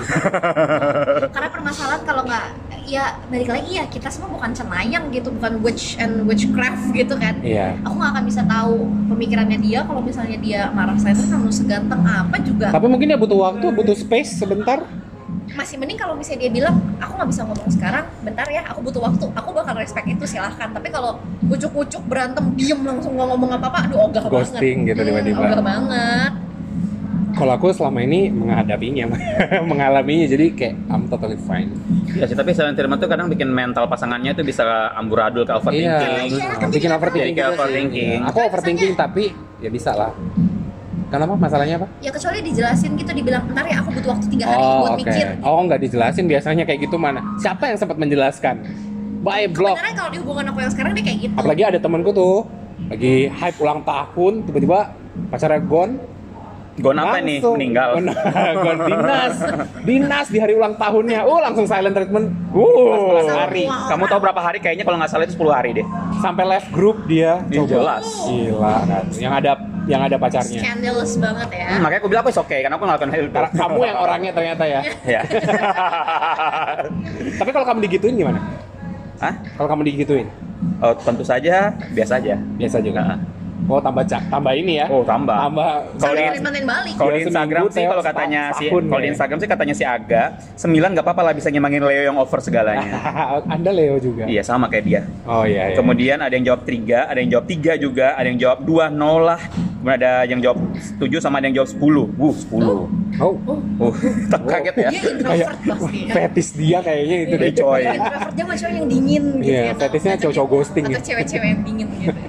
[SPEAKER 1] Karena permasalahan kalau nggak ya balik lagi ya kita semua bukan cenayang gitu, bukan witch and witchcraft gitu kan.
[SPEAKER 3] Iya.
[SPEAKER 1] Aku nggak akan bisa tahu pemikirannya dia kalau misalnya dia marah saya tuh kamu seganteng apa juga.
[SPEAKER 3] Tapi mungkin dia butuh waktu, butuh space sebentar.
[SPEAKER 1] Masih mending kalau misalnya dia bilang aku nggak bisa ngomong sekarang, bentar ya, aku butuh waktu. Aku bakal respect itu silahkan. Tapi kalau ucuk-ucuk berantem diem langsung nggak ngomong apa-apa, aduh ogah
[SPEAKER 3] Ghosting
[SPEAKER 1] banget.
[SPEAKER 3] gitu
[SPEAKER 1] Hmm,
[SPEAKER 3] tiba-tiba.
[SPEAKER 1] Ogah banget.
[SPEAKER 3] Kalau aku selama ini menghadapinya, (laughs) mengalaminya jadi kayak I'm totally fine.
[SPEAKER 2] Ya sih, tapi silent treatment tuh kadang bikin mental pasangannya tuh bisa amburadul ke overthinking.
[SPEAKER 1] Iya,
[SPEAKER 3] benar.
[SPEAKER 1] kan
[SPEAKER 3] bikin
[SPEAKER 1] jadi
[SPEAKER 3] overthinking.
[SPEAKER 2] kayak
[SPEAKER 3] juga sih.
[SPEAKER 2] overthinking.
[SPEAKER 3] Aku overthinking tapi ya bisa lah. Kenapa masalahnya apa?
[SPEAKER 1] Ya kecuali dijelasin gitu, dibilang bentar ya, aku butuh waktu tiga hari buat
[SPEAKER 3] oke.
[SPEAKER 1] mikir.
[SPEAKER 3] Oh, nggak dijelasin biasanya kayak gitu mana? Siapa yang sempat menjelaskan? Bye blog.
[SPEAKER 1] Sebenarnya kalau di hubungan aku yang sekarang dia kayak gitu.
[SPEAKER 3] Apalagi ada temanku tuh lagi hype ulang tahun, tiba-tiba pacarnya gone,
[SPEAKER 2] Gon apa nih
[SPEAKER 3] Langsung.
[SPEAKER 2] meninggal?
[SPEAKER 3] (laughs) Gon, gon dinas. Dinas di hari ulang tahunnya. Oh, langsung silent treatment. Uh,
[SPEAKER 2] Sebelas hari.
[SPEAKER 1] Semua orang.
[SPEAKER 2] Kamu tahu berapa hari? Kayaknya kalau nggak salah itu 10 hari deh.
[SPEAKER 3] sampai left group dia.
[SPEAKER 2] Iya, jelas.
[SPEAKER 3] Gila kan. Yang ada yang ada pacarnya.
[SPEAKER 1] Scandalous banget ya.
[SPEAKER 2] Hmm, makanya aku bilang aku is okay, karena aku ngelakuin hal itu.
[SPEAKER 3] Karena kamu yang orangnya ternyata ya.
[SPEAKER 2] ya.
[SPEAKER 3] Tapi kalau kamu digituin gimana?
[SPEAKER 2] (laughs) Hah?
[SPEAKER 3] Kalau kamu digituin?
[SPEAKER 2] Oh, tentu saja biasa aja.
[SPEAKER 3] Biasa juga.
[SPEAKER 2] Nah,
[SPEAKER 3] Oh tambah cak, tambah ini ya.
[SPEAKER 2] Oh, tambah.
[SPEAKER 3] Tambah.
[SPEAKER 2] Kalau di-
[SPEAKER 1] Kalimantan balik.
[SPEAKER 2] Kalau di
[SPEAKER 3] Iya,
[SPEAKER 2] Instagram
[SPEAKER 3] seminggu
[SPEAKER 2] sih
[SPEAKER 3] Theo
[SPEAKER 2] kalau katanya
[SPEAKER 3] setahun ya.
[SPEAKER 2] si
[SPEAKER 3] kayaknya.
[SPEAKER 2] kalau di Instagram sih katanya si Aga 9 nggak apa-apa lah bisa nyemangin Leo yang over
[SPEAKER 3] (laughs)
[SPEAKER 2] segalanya.
[SPEAKER 3] Anda Leo juga.
[SPEAKER 2] iya sama kayak dia.
[SPEAKER 3] Oh iya. iya.
[SPEAKER 2] Kemudian ada yang jawab 3, ada yang jawab 3 juga, ada yang jawab 2, 0 lah. Kemudian ada yang jawab 7 sama ada yang jawab 10. Wuh, 10.
[SPEAKER 3] Oh.
[SPEAKER 2] Uh, (laughs) tak kaget ya.
[SPEAKER 1] Dia introvert
[SPEAKER 3] (laughs)
[SPEAKER 1] pasti kan.
[SPEAKER 3] Fetis dia kayaknya itu deh.
[SPEAKER 2] Iya, coy.
[SPEAKER 1] Introvert dia macam yang dingin gitu
[SPEAKER 3] Iya,
[SPEAKER 1] ya.
[SPEAKER 3] fetisnya
[SPEAKER 1] Atau-
[SPEAKER 3] cowok-cowok ghosting
[SPEAKER 1] Atau
[SPEAKER 3] gitu.
[SPEAKER 1] cewek-cewek yang dingin gitu.
[SPEAKER 3] (laughs)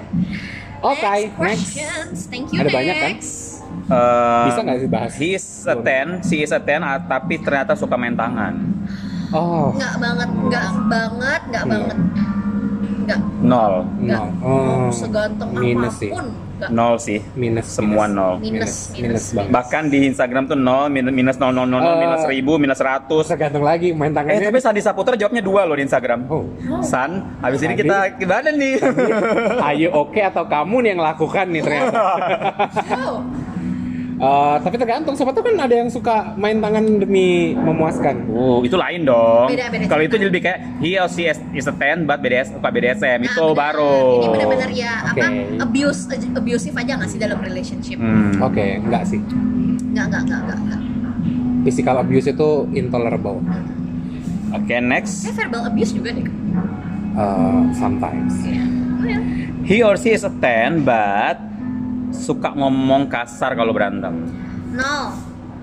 [SPEAKER 3] Oke, next.
[SPEAKER 1] questions. Thank you.
[SPEAKER 3] Ada banyak, kan?
[SPEAKER 1] next.
[SPEAKER 2] Eh,
[SPEAKER 3] Bisa nggak sih bahas?
[SPEAKER 2] He is a 10, she is a 10, ah, tapi ternyata suka main tangan.
[SPEAKER 3] Oh.
[SPEAKER 1] Nggak banget, nggak banget, nggak
[SPEAKER 3] Iya.
[SPEAKER 1] banget. Nggak,
[SPEAKER 2] Nol.
[SPEAKER 1] nggak.
[SPEAKER 3] Nol. Oh.
[SPEAKER 1] Seganteng
[SPEAKER 3] Minus sih.
[SPEAKER 1] apapun.
[SPEAKER 3] (laughs)
[SPEAKER 1] Nggak.
[SPEAKER 2] Nol sih.
[SPEAKER 3] Minus.
[SPEAKER 2] Semua
[SPEAKER 3] minus.
[SPEAKER 2] nol.
[SPEAKER 1] Minus,
[SPEAKER 3] Minus, minus
[SPEAKER 1] minus,
[SPEAKER 3] banget.
[SPEAKER 2] Bahkan di Instagram tuh nol, min- minus 0, 0, 0,
[SPEAKER 3] Eh.
[SPEAKER 2] minus 1000, minus 100.
[SPEAKER 3] Tergantung lagi main
[SPEAKER 2] Eh
[SPEAKER 3] tangannya.
[SPEAKER 2] tapi Sandi Saputra jawabnya dua loh di Instagram.
[SPEAKER 3] Oh.
[SPEAKER 2] San, habis ini kita gimana nih? (laughs)
[SPEAKER 3] Ayo oke atau kamu nih yang lakukan nih ternyata.
[SPEAKER 2] (laughs)
[SPEAKER 1] Oh,
[SPEAKER 3] Eh, tapi tergantung siapa tuh kan ada yang suka main tangan demi memuaskan.
[SPEAKER 2] Uh, itu lain dong.
[SPEAKER 1] Beda, beda.
[SPEAKER 2] Kalau itu jadi lebih kayak he or she is, is a 10 but BDS, bukan BDSM itu
[SPEAKER 1] Ah, Nah, benar.
[SPEAKER 2] Gitu, baru.
[SPEAKER 1] Ini benar-benar ya apa
[SPEAKER 3] Oke.
[SPEAKER 1] abuse eh, abusive aja nggak sih dalam relationship?
[SPEAKER 2] Hmm.
[SPEAKER 3] Oke, enggak sih.
[SPEAKER 1] Nggak nggak nggak nggak. nggak.
[SPEAKER 3] Physical abuse itu intolerable.
[SPEAKER 2] Oke, next.
[SPEAKER 1] Kayak verbal abuse juga deh.
[SPEAKER 3] Eh, sometimes.
[SPEAKER 1] Iya. Oh, ya.
[SPEAKER 2] He or she is a 10 but suka ngomong kasar kalau berantem.
[SPEAKER 1] Nol.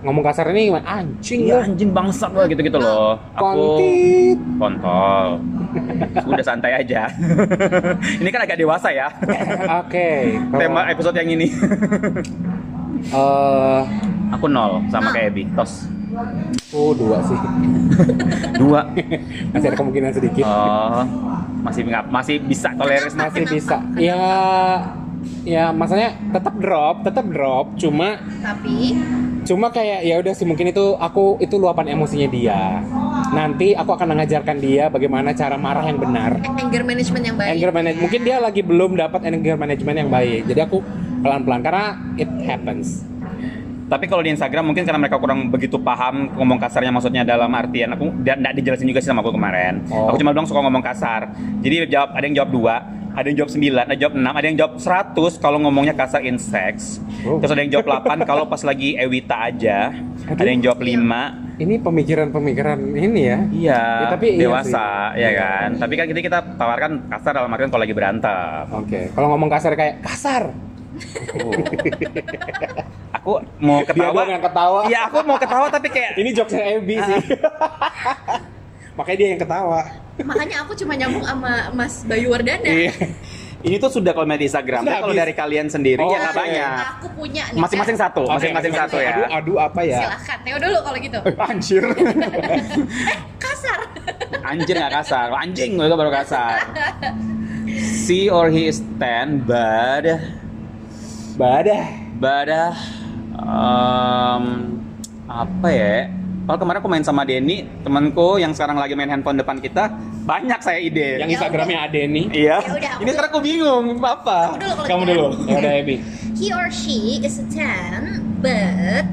[SPEAKER 3] Ngomong kasar ini gimana? anjing
[SPEAKER 2] Iya
[SPEAKER 3] lah.
[SPEAKER 2] anjing bangsat lo gitu-gitu loh. Aku
[SPEAKER 3] Kontit.
[SPEAKER 2] kontol. (laughs) Udah santai aja. (laughs) ini kan agak dewasa ya.
[SPEAKER 3] Oke.
[SPEAKER 2] (laughs)
[SPEAKER 3] kalau-
[SPEAKER 2] Tema episode yang ini.
[SPEAKER 3] Eh,
[SPEAKER 2] Aku nol sama kayak Ebi. Tos.
[SPEAKER 3] oh dua sih. (laughs)
[SPEAKER 2] Dua.
[SPEAKER 3] Masih ada kemungkinan sedikit.
[SPEAKER 2] Oh, masih nggak masih bisa toleris
[SPEAKER 1] Kenapa?
[SPEAKER 3] Masih bisa. Ya, ya maksudnya tetap drop, tetap drop. Cuma,
[SPEAKER 1] Tapi
[SPEAKER 3] cuma kayak ya udah sih mungkin itu aku itu luapan emosinya dia. Nanti aku akan mengajarkan dia bagaimana cara marah yang benar.
[SPEAKER 1] anger management yang baik.
[SPEAKER 3] Anger management mungkin dia lagi belum dapat anger management yang baik. Jadi aku pelan-pelan karena it happens.
[SPEAKER 2] Tapi kalau di Instagram mungkin karena mereka kurang begitu paham ngomong kasarnya maksudnya dalam artian aku dan nggak dijelasin juga sih sama aku kemarin.
[SPEAKER 3] Oh.
[SPEAKER 2] Aku cuma bilang suka ngomong kasar. Jadi jawab ada yang jawab dua, ada yang jawab sembilan, ada yang jawab enam, ada yang jawab seratus kalau ngomongnya kasar in sex.
[SPEAKER 3] Oh.
[SPEAKER 2] Terus ada yang jawab delapan kalau pas lagi Ewita aja. Ada yang jawab lima.
[SPEAKER 3] Ini pemikiran-pemikiran ini ya.
[SPEAKER 2] Iya,
[SPEAKER 3] Ya, tapi iya
[SPEAKER 2] dewasa,
[SPEAKER 3] sih.
[SPEAKER 2] ya
[SPEAKER 3] Iya.
[SPEAKER 2] kan. Tapi kan kita kita tawarkan kasar dalam artian kalau lagi berantem.
[SPEAKER 3] Oke, kalau ngomong kasar kayak kasar.
[SPEAKER 2] Uh. Aku mau
[SPEAKER 3] Dia
[SPEAKER 2] ketawa.
[SPEAKER 3] doang yang ketawa.
[SPEAKER 2] Iya, aku mau ketawa tapi kayak
[SPEAKER 3] Ini jokesnya Ebi
[SPEAKER 2] (laughs)
[SPEAKER 3] sih. Makanya dia yang ketawa.
[SPEAKER 1] Makanya aku cuma nyambung sama Mas Bayu Wardana.
[SPEAKER 3] Iya.
[SPEAKER 2] Ini tuh sudah komen di Instagram.
[SPEAKER 3] Sudah
[SPEAKER 2] Tapi kalau
[SPEAKER 3] habis.
[SPEAKER 2] dari kalian sendiri
[SPEAKER 3] Oh,
[SPEAKER 2] ya nggak
[SPEAKER 3] oke.
[SPEAKER 2] banyak.
[SPEAKER 1] Nah, Aku punya nih.
[SPEAKER 2] Masing-masing satu, masing-masing
[SPEAKER 3] Oke,
[SPEAKER 2] satu ya.
[SPEAKER 3] Aduh, aduh apa ya?
[SPEAKER 1] Silahkan, Teo dulu kalau gitu.
[SPEAKER 3] (laughs) Anjir.
[SPEAKER 1] Kasar.
[SPEAKER 2] Anjir nggak kasar, anjing itu baru (laughs) kasar. She or he is ten, but
[SPEAKER 3] Badah.
[SPEAKER 2] but um, apa ya? Kalau kemarin aku main sama Denny, temanku yang sekarang lagi main handphone depan kita, banyak saya ide.
[SPEAKER 3] Yang Instagramnya Adeni.
[SPEAKER 2] Iya.
[SPEAKER 1] Ya udah, aku
[SPEAKER 2] Ini sekarang aku bingung, apa?
[SPEAKER 1] Aku dulu kalau
[SPEAKER 2] Kamu
[SPEAKER 1] gitu.
[SPEAKER 2] dulu.
[SPEAKER 3] Ya udah Ebi.
[SPEAKER 1] He or she is a 10, but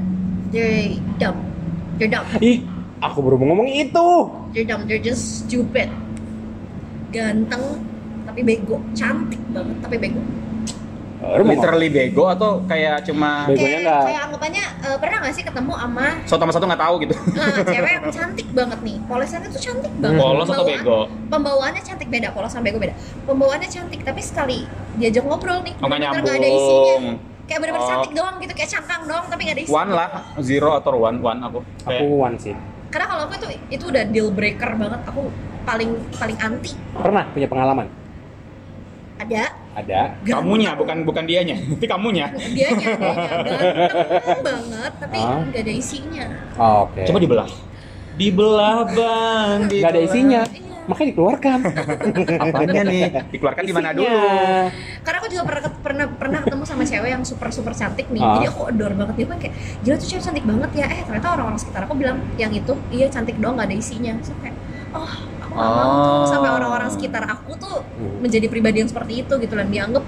[SPEAKER 1] they're dumb. They're dumb.
[SPEAKER 3] Ih, aku baru mau ngomong itu.
[SPEAKER 1] They're dumb. They're just stupid. Ganteng tapi bego, cantik banget tapi bego.
[SPEAKER 3] Baru mau ngomong.
[SPEAKER 2] Literally bego atau kayak cuma
[SPEAKER 3] Bego. Begonya
[SPEAKER 1] kayak
[SPEAKER 3] nggak-
[SPEAKER 1] kayak anggapannya eh, pernah nggak sih ketemu sama
[SPEAKER 2] satu sama satu nggak tahu gitu.
[SPEAKER 1] eh, cewek yang cantik banget nih. Polesannya tuh cantik banget.
[SPEAKER 2] Polos atau
[SPEAKER 1] Pembawaan-
[SPEAKER 2] bego?
[SPEAKER 1] Pembawaannya cantik beda, polos sama bego beda. Pembawaannya cantik tapi sekali diajak ngobrol nih,
[SPEAKER 2] Oh, nggak
[SPEAKER 1] bener-bener nggak ada isinya.
[SPEAKER 2] nyambung.
[SPEAKER 1] Kayak bener-bener
[SPEAKER 2] Oh.
[SPEAKER 1] cantik doang gitu, kayak cangkang doang tapi nggak ada isinya.
[SPEAKER 2] One lah, zero atau one, one aku.
[SPEAKER 3] Aku
[SPEAKER 2] Kayak-
[SPEAKER 3] one sih.
[SPEAKER 1] Karena kalau aku itu itu udah deal breaker banget. Aku paling paling anti
[SPEAKER 3] Pernah punya pengalaman?
[SPEAKER 1] ada
[SPEAKER 3] Ada.
[SPEAKER 2] kamunya, bukan bukan dianya, (laughs) tapi kamunya.
[SPEAKER 1] dia ganteng banget tapi
[SPEAKER 3] Ah.
[SPEAKER 1] nggak ada isinya.
[SPEAKER 3] Oke.
[SPEAKER 2] Coba dibelah. Dibelah bang.
[SPEAKER 3] Nggak ada isinya.
[SPEAKER 1] Iya.
[SPEAKER 3] Makanya
[SPEAKER 2] (laughs)
[SPEAKER 3] dikeluarkan.
[SPEAKER 2] Apanya nih? Dikeluarkan di mana dulu?
[SPEAKER 3] Isinya.
[SPEAKER 1] Karena aku juga pernah ket- pernah pernah ketemu sama cewek yang super super cantik nih.
[SPEAKER 3] Ah.
[SPEAKER 1] Jadi aku adore banget dia kan kayak gila tuh cewek cantik banget ya. Eh ternyata orang-orang sekitar aku bilang yang itu iya cantik doang nggak ada isinya. Terus aku kayak oh aku nggak mau
[SPEAKER 2] Oh.
[SPEAKER 1] tuh sampai orang-orang sekitar aku tuh
[SPEAKER 3] Hmm.
[SPEAKER 1] menjadi pribadi yang seperti itu gitu dan dianggap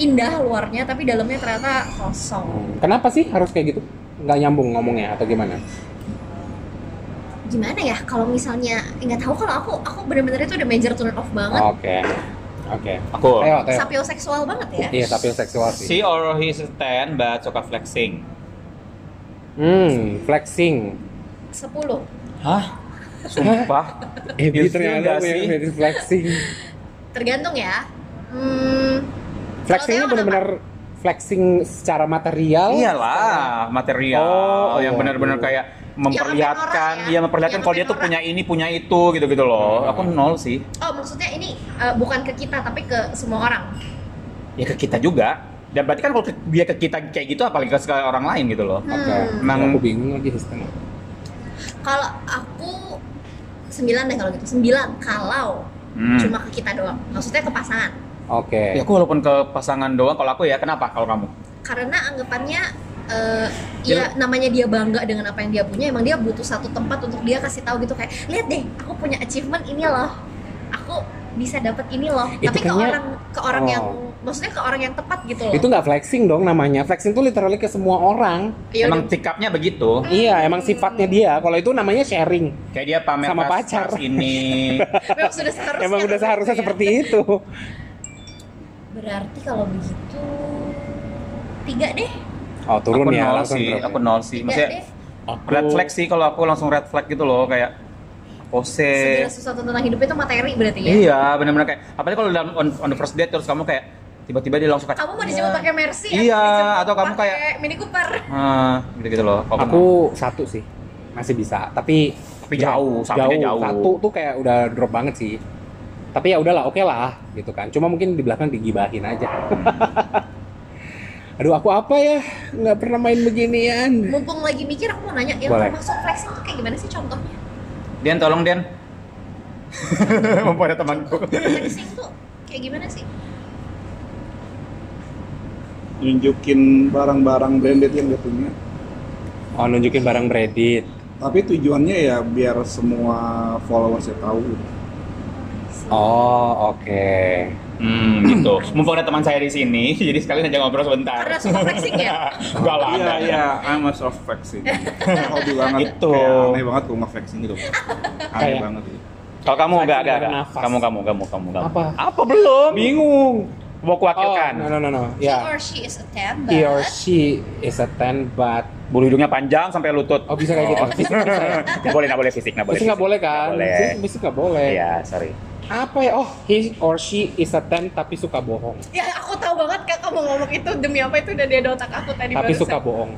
[SPEAKER 1] indah luarnya tapi dalamnya ternyata kosong.
[SPEAKER 3] Kenapa sih harus kayak gitu? Nggak nyambung ngomongnya atau gimana?
[SPEAKER 1] ya
[SPEAKER 3] Oh,
[SPEAKER 1] gimana ya kalau misalnya eh, nggak tahu kalau aku aku bener-bener itu udah major turn off banget
[SPEAKER 3] Oke. Oke.
[SPEAKER 2] Aku.
[SPEAKER 3] Teo, Teo.
[SPEAKER 1] Sapio seksual banget ya.
[SPEAKER 3] Iya, tapi yang seksual sih.
[SPEAKER 2] She or he is a 10 but suka flexing.
[SPEAKER 3] Hmm, flexing.
[SPEAKER 1] Sepuluh.
[SPEAKER 2] Hah? Sumpah.
[SPEAKER 3] Ebi
[SPEAKER 2] Ilfil
[SPEAKER 3] ternyata
[SPEAKER 2] nggak sih?
[SPEAKER 3] mirip mirip flexing.
[SPEAKER 1] Tergantung ya. Hmm,
[SPEAKER 3] Flexing ini
[SPEAKER 1] Teo kenapa?
[SPEAKER 3] benar-benar flexing secara material.
[SPEAKER 2] Iya Iyalah, material
[SPEAKER 3] Iya Oh,
[SPEAKER 2] yang
[SPEAKER 3] iya.
[SPEAKER 2] benar-benar kayak
[SPEAKER 1] Yang
[SPEAKER 2] memperlihatkan,
[SPEAKER 1] ngapain orang ya?
[SPEAKER 2] dia memperlihatkan
[SPEAKER 1] Yang
[SPEAKER 2] kalau dia tuh
[SPEAKER 1] ngapain
[SPEAKER 2] punya ini, punya itu gitu-gitu loh.
[SPEAKER 3] Hmm.
[SPEAKER 2] Aku nol sih.
[SPEAKER 1] oh maksudnya ini eh, bukan ke kita tapi ke semua orang.
[SPEAKER 2] Ya ke kita juga. Dan berarti kan kalau ke- dia ke kita kayak gitu apalagi ke ke orang lain gitu loh.
[SPEAKER 1] Hmm.
[SPEAKER 3] Oke.
[SPEAKER 2] Emang-
[SPEAKER 3] Aku bingung lagi sistemnya.
[SPEAKER 1] Kalau aku sembilan deh kalau gitu sembilan kalau
[SPEAKER 2] Hmm.
[SPEAKER 1] cuma ke kita doang. Maksudnya ke pasangan.
[SPEAKER 2] Ya
[SPEAKER 3] Oke.
[SPEAKER 2] aku walaupun ke pasangan doang kalau aku ya kenapa kalau kamu?
[SPEAKER 1] Karena anggapannya eh,
[SPEAKER 3] Iya.
[SPEAKER 1] ya namanya dia bangga dengan apa yang dia punya emang dia butuh satu tempat untuk dia kasih tahu gitu kayak lihat deh aku punya achievement ini loh aku bisa dapat ini loh
[SPEAKER 3] Itu
[SPEAKER 1] tapi ke
[SPEAKER 3] kayaknya-
[SPEAKER 1] orang ke orang
[SPEAKER 3] Oh.
[SPEAKER 1] yang maksudnya ke orang yang tepat gitu loh
[SPEAKER 3] Itu nggak flexing dong namanya. Flexing tuh literally ke semua orang.
[SPEAKER 1] Ya
[SPEAKER 2] Emang
[SPEAKER 1] udah.
[SPEAKER 2] sikapnya begitu.
[SPEAKER 1] Oh.
[SPEAKER 3] Iya, emang sifatnya dia. Kalau itu namanya sharing.
[SPEAKER 2] Kayak dia pamer
[SPEAKER 3] Sama
[SPEAKER 2] tas-
[SPEAKER 3] pacar.
[SPEAKER 2] tas ini.
[SPEAKER 1] Memang sudah seharusnya.
[SPEAKER 3] emang udah
[SPEAKER 1] seperti
[SPEAKER 3] seharusnya
[SPEAKER 1] itu ya.
[SPEAKER 3] seperti itu.
[SPEAKER 1] Berarti kalau begitu tiga deh.
[SPEAKER 3] Oh, turun
[SPEAKER 2] aku
[SPEAKER 3] ya
[SPEAKER 2] nol
[SPEAKER 3] langsung.
[SPEAKER 2] sih,
[SPEAKER 3] turun.
[SPEAKER 2] aku nol sih.
[SPEAKER 1] Tiga
[SPEAKER 2] Maksudnya
[SPEAKER 1] deh.
[SPEAKER 3] Aku-
[SPEAKER 2] red flag sih kalau aku langsung red flag gitu loh kayak pose.
[SPEAKER 1] Segala sesuatu tentang hidup itu materi berarti ya.
[SPEAKER 2] eh, Iya, benar-benar kayak apalagi kalau dalam on, on the first date terus kamu kayak tiba-tiba dia langsung kayak
[SPEAKER 1] Kamu mau dijemput pakai Mercy? aku
[SPEAKER 2] Iya,
[SPEAKER 1] dijemput
[SPEAKER 2] atau kamu
[SPEAKER 1] pakai
[SPEAKER 2] kayak-
[SPEAKER 1] Mini Cooper.
[SPEAKER 2] Ah, gitu-gitu loh. Kalau
[SPEAKER 3] aku satu sih masih bisa tapi ya,
[SPEAKER 2] Tapi jauh, sampainya jauh.
[SPEAKER 3] satu tuh kayak udah drop banget sih tapi ya udahlah oke lah gitu kan cuma mungkin di belakang digibahin aja (laughs) aduh aku apa ya nggak pernah main beginian
[SPEAKER 1] Mumpung lagi mikir aku mau nanya, yang
[SPEAKER 3] Boleh.
[SPEAKER 1] termasuk flexing tuh kayak gimana sih contohnya?
[SPEAKER 2] Den tolong
[SPEAKER 3] (laughs)
[SPEAKER 2] Den. Mumpung ada temanku.
[SPEAKER 1] flexing tuh kayak gimana sih?
[SPEAKER 4] nunjukin barang-barang branded yang dia punya
[SPEAKER 3] oh nunjukin barang Reddit
[SPEAKER 4] tapi tujuannya ya biar semua followersnya tahu
[SPEAKER 3] oh oke
[SPEAKER 2] Hmm, gitu. Mumpung ada teman saya di sini, (laughs) jadi sekalian aja ngobrol sebentar.
[SPEAKER 1] Karena suka flexing ya?
[SPEAKER 2] (laughs) Enggak lah.
[SPEAKER 4] iya
[SPEAKER 2] enggak.
[SPEAKER 4] iya I'm a soft flexing (laughs) hobi banget
[SPEAKER 2] Itu.
[SPEAKER 4] kayak aneh banget kalau nggak flexing gitu aneh
[SPEAKER 3] Kayak-
[SPEAKER 4] banget gitu.
[SPEAKER 2] Kalau kamu enggak enggak
[SPEAKER 3] Dari
[SPEAKER 2] enggak.
[SPEAKER 3] nafas.
[SPEAKER 2] Kamu kamu kamu kamu kamu.
[SPEAKER 3] Apa?
[SPEAKER 2] Apa belum?
[SPEAKER 3] bingung
[SPEAKER 2] Mau kuwakilkan.
[SPEAKER 3] oh, no no no no
[SPEAKER 1] He
[SPEAKER 2] Iya.
[SPEAKER 3] ya
[SPEAKER 1] or she is a 10, but
[SPEAKER 3] he or she is a ten but
[SPEAKER 2] Bulu hidungnya panjang sampai lutut.
[SPEAKER 3] oh bisa kayak gitu fisik bisa ya?
[SPEAKER 2] (laughs) Nggak boleh, nggak boleh fisik, nggak boleh.
[SPEAKER 3] fisik nggak boleh kan
[SPEAKER 2] Nggak boleh.
[SPEAKER 3] Fisik- fisik nggak boleh
[SPEAKER 2] Iya, sorry.
[SPEAKER 3] apa ya oh he or she is a ten tapi suka bohong
[SPEAKER 1] Ya aku tahu banget kakak mau ngomong itu demi apa itu udah dia di otak aku tadi
[SPEAKER 3] tapi
[SPEAKER 1] barusan. Nah,
[SPEAKER 3] suka bohong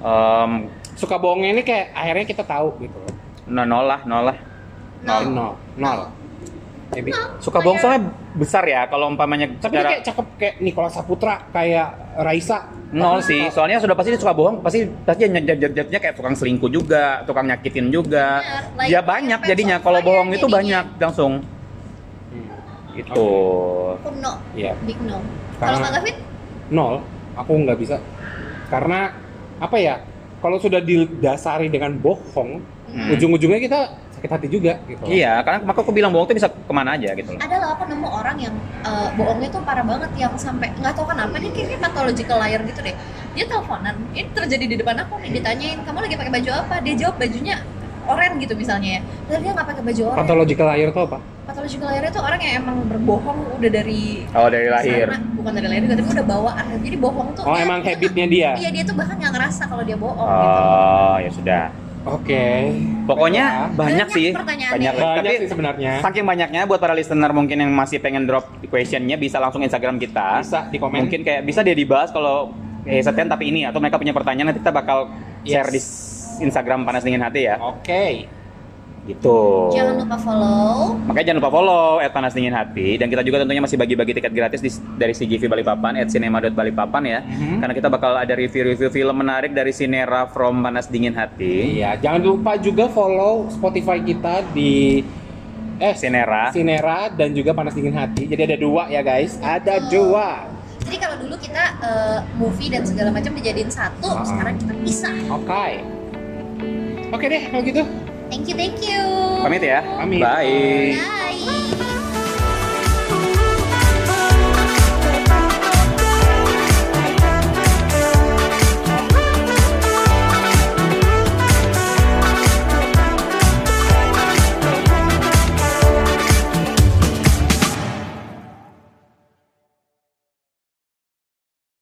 [SPEAKER 2] Em,
[SPEAKER 3] suka bohongnya ini kayak akhirnya kita tahu gitu loh
[SPEAKER 2] no, nol lah, nol lah.
[SPEAKER 1] Nol.
[SPEAKER 3] nol nol maybe
[SPEAKER 2] Suka bohong soalnya besar ya kalau umpamanya
[SPEAKER 3] tapi dia
[SPEAKER 2] secara-
[SPEAKER 3] kayak cakep kayak Nikola Saputra kayak Raisa
[SPEAKER 2] nol
[SPEAKER 3] Tapi
[SPEAKER 2] sih.
[SPEAKER 3] suka-
[SPEAKER 2] Soalnya sudah pasti dia suka bohong, pasti pasti dia jat- jat- jatuhnya kayak tukang selingkuh juga, tukang nyakitin juga.
[SPEAKER 1] Bener, like
[SPEAKER 2] dia Ya, banyak
[SPEAKER 1] offense
[SPEAKER 2] jadinya
[SPEAKER 1] of
[SPEAKER 2] kalau
[SPEAKER 1] fire
[SPEAKER 2] bohong itu
[SPEAKER 1] jadinya.
[SPEAKER 2] banyak langsung. Gitu.
[SPEAKER 3] Hmm,
[SPEAKER 2] Itu.
[SPEAKER 1] Aku no,
[SPEAKER 3] iya
[SPEAKER 1] big no. Kalau
[SPEAKER 3] Karena-
[SPEAKER 1] Kak Gavin?
[SPEAKER 3] nol aku nggak bisa karena apa ya kalau sudah didasari dengan bohong
[SPEAKER 2] Hmm.
[SPEAKER 3] ujung-ujungnya kita sakit hati juga gitu loh.
[SPEAKER 2] Iya, karena maka aku bilang bohong itu bisa kemana aja gitu loh.
[SPEAKER 1] ada loh aku nemu orang yang eh, bohongnya tuh parah banget yang sampai nggak tahu kenapa dia kayaknya pathological liar gitu deh dia teleponan ini terjadi di depan aku nih ditanyain kamu lagi pakai baju apa dia jawab bajunya oranye gitu misalnya ya padahal dia nggak pakai baju oranye
[SPEAKER 3] pathological liar itu apa
[SPEAKER 1] pathological liar itu orang yang emang berbohong udah dari
[SPEAKER 2] Oh, dari lahir.
[SPEAKER 1] sana. bukan dari lahir juga tapi udah bawaan jadi bohong tuh
[SPEAKER 3] oh
[SPEAKER 1] ya,
[SPEAKER 3] emang
[SPEAKER 1] dia
[SPEAKER 3] habitnya
[SPEAKER 2] (laughs)
[SPEAKER 3] dia
[SPEAKER 1] nggak- iya dia tuh bahkan nggak ngerasa kalau dia bohong gitu
[SPEAKER 2] Oh, ya sudah.
[SPEAKER 3] oke
[SPEAKER 2] Pokoknya
[SPEAKER 3] Baiklah.
[SPEAKER 2] banyak,
[SPEAKER 1] Banyak
[SPEAKER 2] sih.
[SPEAKER 1] pertanyaannya.
[SPEAKER 2] Banyak,
[SPEAKER 3] banyak
[SPEAKER 2] tapi
[SPEAKER 3] sih sebenarnya
[SPEAKER 2] Saking banyaknya buat para listener mungkin yang masih pengen drop questionnya bisa langsung Instagram kita.
[SPEAKER 3] bisa di komen Hmm.
[SPEAKER 2] Mungkin kayak bisa dia dibahas kalau eh setian tapi ini atau mereka punya pertanyaan nanti kita bakal share di Instagram panas dingin hati ya.
[SPEAKER 3] oke
[SPEAKER 2] Gitu.
[SPEAKER 1] jangan lupa follow
[SPEAKER 2] Makanya jangan lupa follow at panas dingin hati dan kita juga tentunya masih bagi-bagi tiket gratis di, dari CGV Balikpapan at cinema.balikpapan ya.
[SPEAKER 3] Mhm.
[SPEAKER 2] Karena kita bakal ada review-review film menarik dari Sinera from panas dingin hati.
[SPEAKER 3] Iya, jangan lupa juga follow Spotify kita di eh
[SPEAKER 2] Sinera.
[SPEAKER 3] Sinera dan juga Panas Dingin Hati. Jadi ada dua ya guys, ada dua.
[SPEAKER 1] jadi kalau dulu kita eh, movie dan segala macam dijadiin satu
[SPEAKER 3] Ah.
[SPEAKER 1] sekarang kita pisah
[SPEAKER 3] Oke. Oke deh kalau gitu.
[SPEAKER 1] thank you thank you
[SPEAKER 2] Pamit ya.
[SPEAKER 3] Pamit.
[SPEAKER 2] Bye.
[SPEAKER 1] Bye.